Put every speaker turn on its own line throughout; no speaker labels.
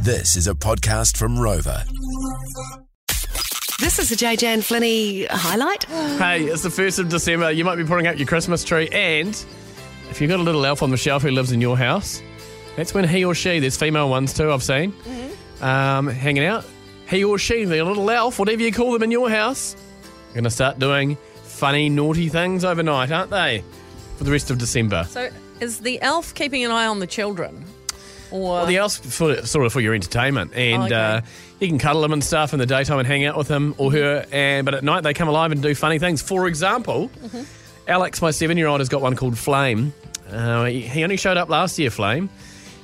This is a podcast from Rover.
This is a JJ and Flinny highlight.
Hey, it's the 1st of December. You might be putting up your Christmas tree, and if you've got a little elf on the shelf who lives in your house, that's when he or she, there's female ones too, I've seen, um, hanging out. He or she, the little elf, whatever you call them in your house, are going to start doing funny, naughty things overnight, aren't they? For the rest of December.
So is the elf keeping an eye on the children? Or
Well, the elf's for, sort of for your entertainment, and
Oh, okay.
uh, you can cuddle them and stuff in the daytime and hang out with him or her. And but at night they come alive and do funny things. For example,
Mm-hmm.
Alex, my seven-year-old, has got one called Flame. Uh, he, he only showed up last year, Flame,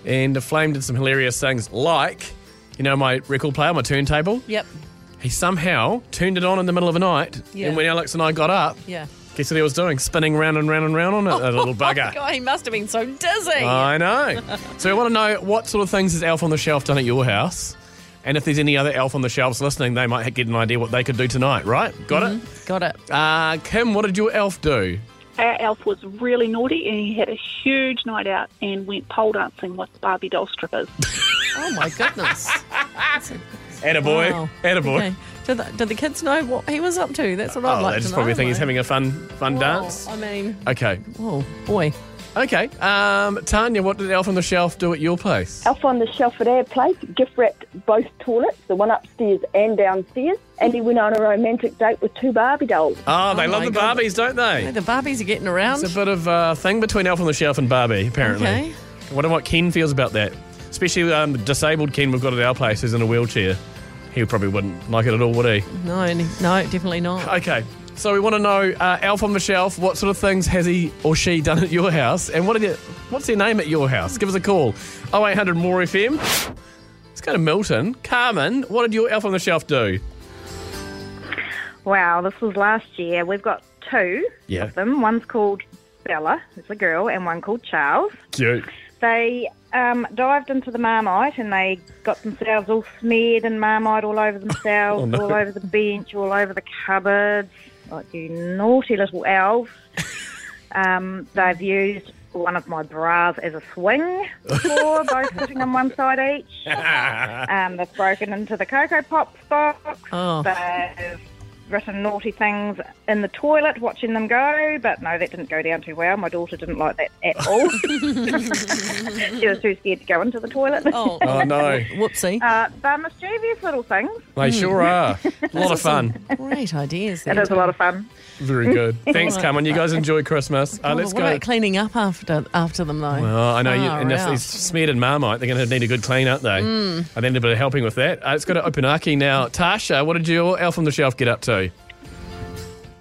and Flame did some hilarious things, like you know my record player, my turntable.
Yep.
He somehow turned it on in the middle of the night,
Yeah.
and when Alex and I got up,
Yeah.
guess what he was doing? Spinning round and round and round on it, that
Oh,
little bugger. Uh,
God, he must have been so dizzy.
I know. so we want to know what sort of things has Elf on the Shelf done at your house? And if there's any other Elf on the Shelves listening, they might get an idea what they could do tonight, right? Got
Got it.
it? Uh, Kim, what did your elf do?
Our elf was really naughty and he had a huge night out and went pole dancing with Barbie doll strippers.
Oh my goodness.
Attaboy.
Wow.
Attaboy.
Okay. Did, the, did the kids know what he was up to? That's what I'd
Oh,
like
they
to
just
know,
probably think he's
mate.
having a fun fun
Wow,
dance.
I mean,
Okay.
oh boy.
Okay. Um, Tanya, what did Elf on the Shelf do at your place?
Elf on the shelf at our place gift wrapped both toilets, the one upstairs and downstairs, and he went on a romantic date with two Barbie dolls.
Oh, they
Oh
love
my
the
God.
Barbies, don't
Hey,
they?
the Barbies are getting around.
It's a bit of a thing between Elf on the Shelf and Barbie, apparently.
Okay.
I wonder what Ken feels about that. Especially um, the disabled Ken we've got at our place who's in a wheelchair. He probably wouldn't like it at all, would he?
No, n- no, definitely not.
Okay, so we want to know uh, Elf on the Shelf, what sort of things has he or she done at your house? And what are the, what's their name at your house? Give us a call 0800 More FM. Let's go to Milton. Carmen, what did your Elf on the Shelf do?
Wow, this was last year. We've got two
Yeah.
of them. One's called Bella, who's a girl, and one called Charles.
Cute.
They um, dived into the marmite and they got themselves all smeared in marmite all over themselves,
Oh, no.
all over the bench, all over the cupboards. Like you naughty little elves. um, they've used one of my bras as a swing before, both sitting on one side each. Um, they've broken into the Cocoa Pops box.
Oh.
They've written naughty things in the toilet, watching them go. But no, that didn't go down too well. My daughter didn't like that at all. she was too scared to go into the toilet.
Oh,
Oh, no.
whoopsie.
Uh, they're mischievous little things.
They sure
Hmm.
are. A lot of fun.
Great ideas.
It is a lot of fun.
Very good. Thanks, Carmen. You guys enjoy Christmas. Uh, let's
Oh, what
go.
about cleaning up after after them though? Ah,
Oh, I know. You,
Far
and if
out.
they're smeared in marmite, they're going to need a good clean, aren't they? I need a bit of helping with that. Uh, let's go to Opunaki now. Tasha, what did your elf on the shelf get up to?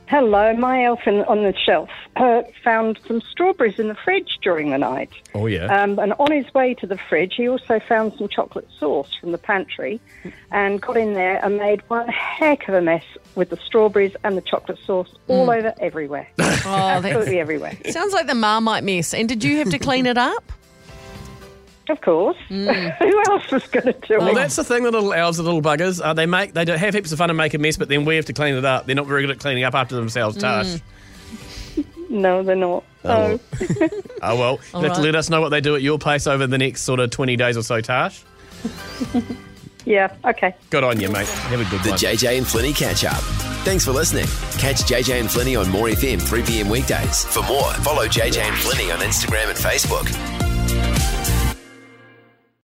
Hello, my elf in, on the shelf uh, found some strawberries in the fridge during the night.
Oh yeah.
Um, and on his way to the fridge, he also found some chocolate sauce from the pantry and got in there and made one heck of a mess with the strawberries and the chocolate sauce all
Mm.
over everywhere.
Oh, that
Absolutely everywhere.
sounds like the Marmite mess. And did you have to clean it up?
Of course. Who else was going to do
Mm. well,
it?
that's the thing. The little elves, the little buggers, uh, they make they do have heaps of fun and make a mess, but then we have to clean it up. They're not very good at cleaning up after themselves, Tash.
No, they're not.
Oh.
Oh.
Oh well, you have to
right.
let us know what they do at your place over the next sort of twenty days or so, Tash.
yeah, okay.
Good on you, mate. Have a good
The
one.
JJ and Flinny catch up. Thanks for listening. Catch JJ and Flinny on More FM 3 p.m. weekdays. For more, follow JJ and Flinny on Instagram and Facebook.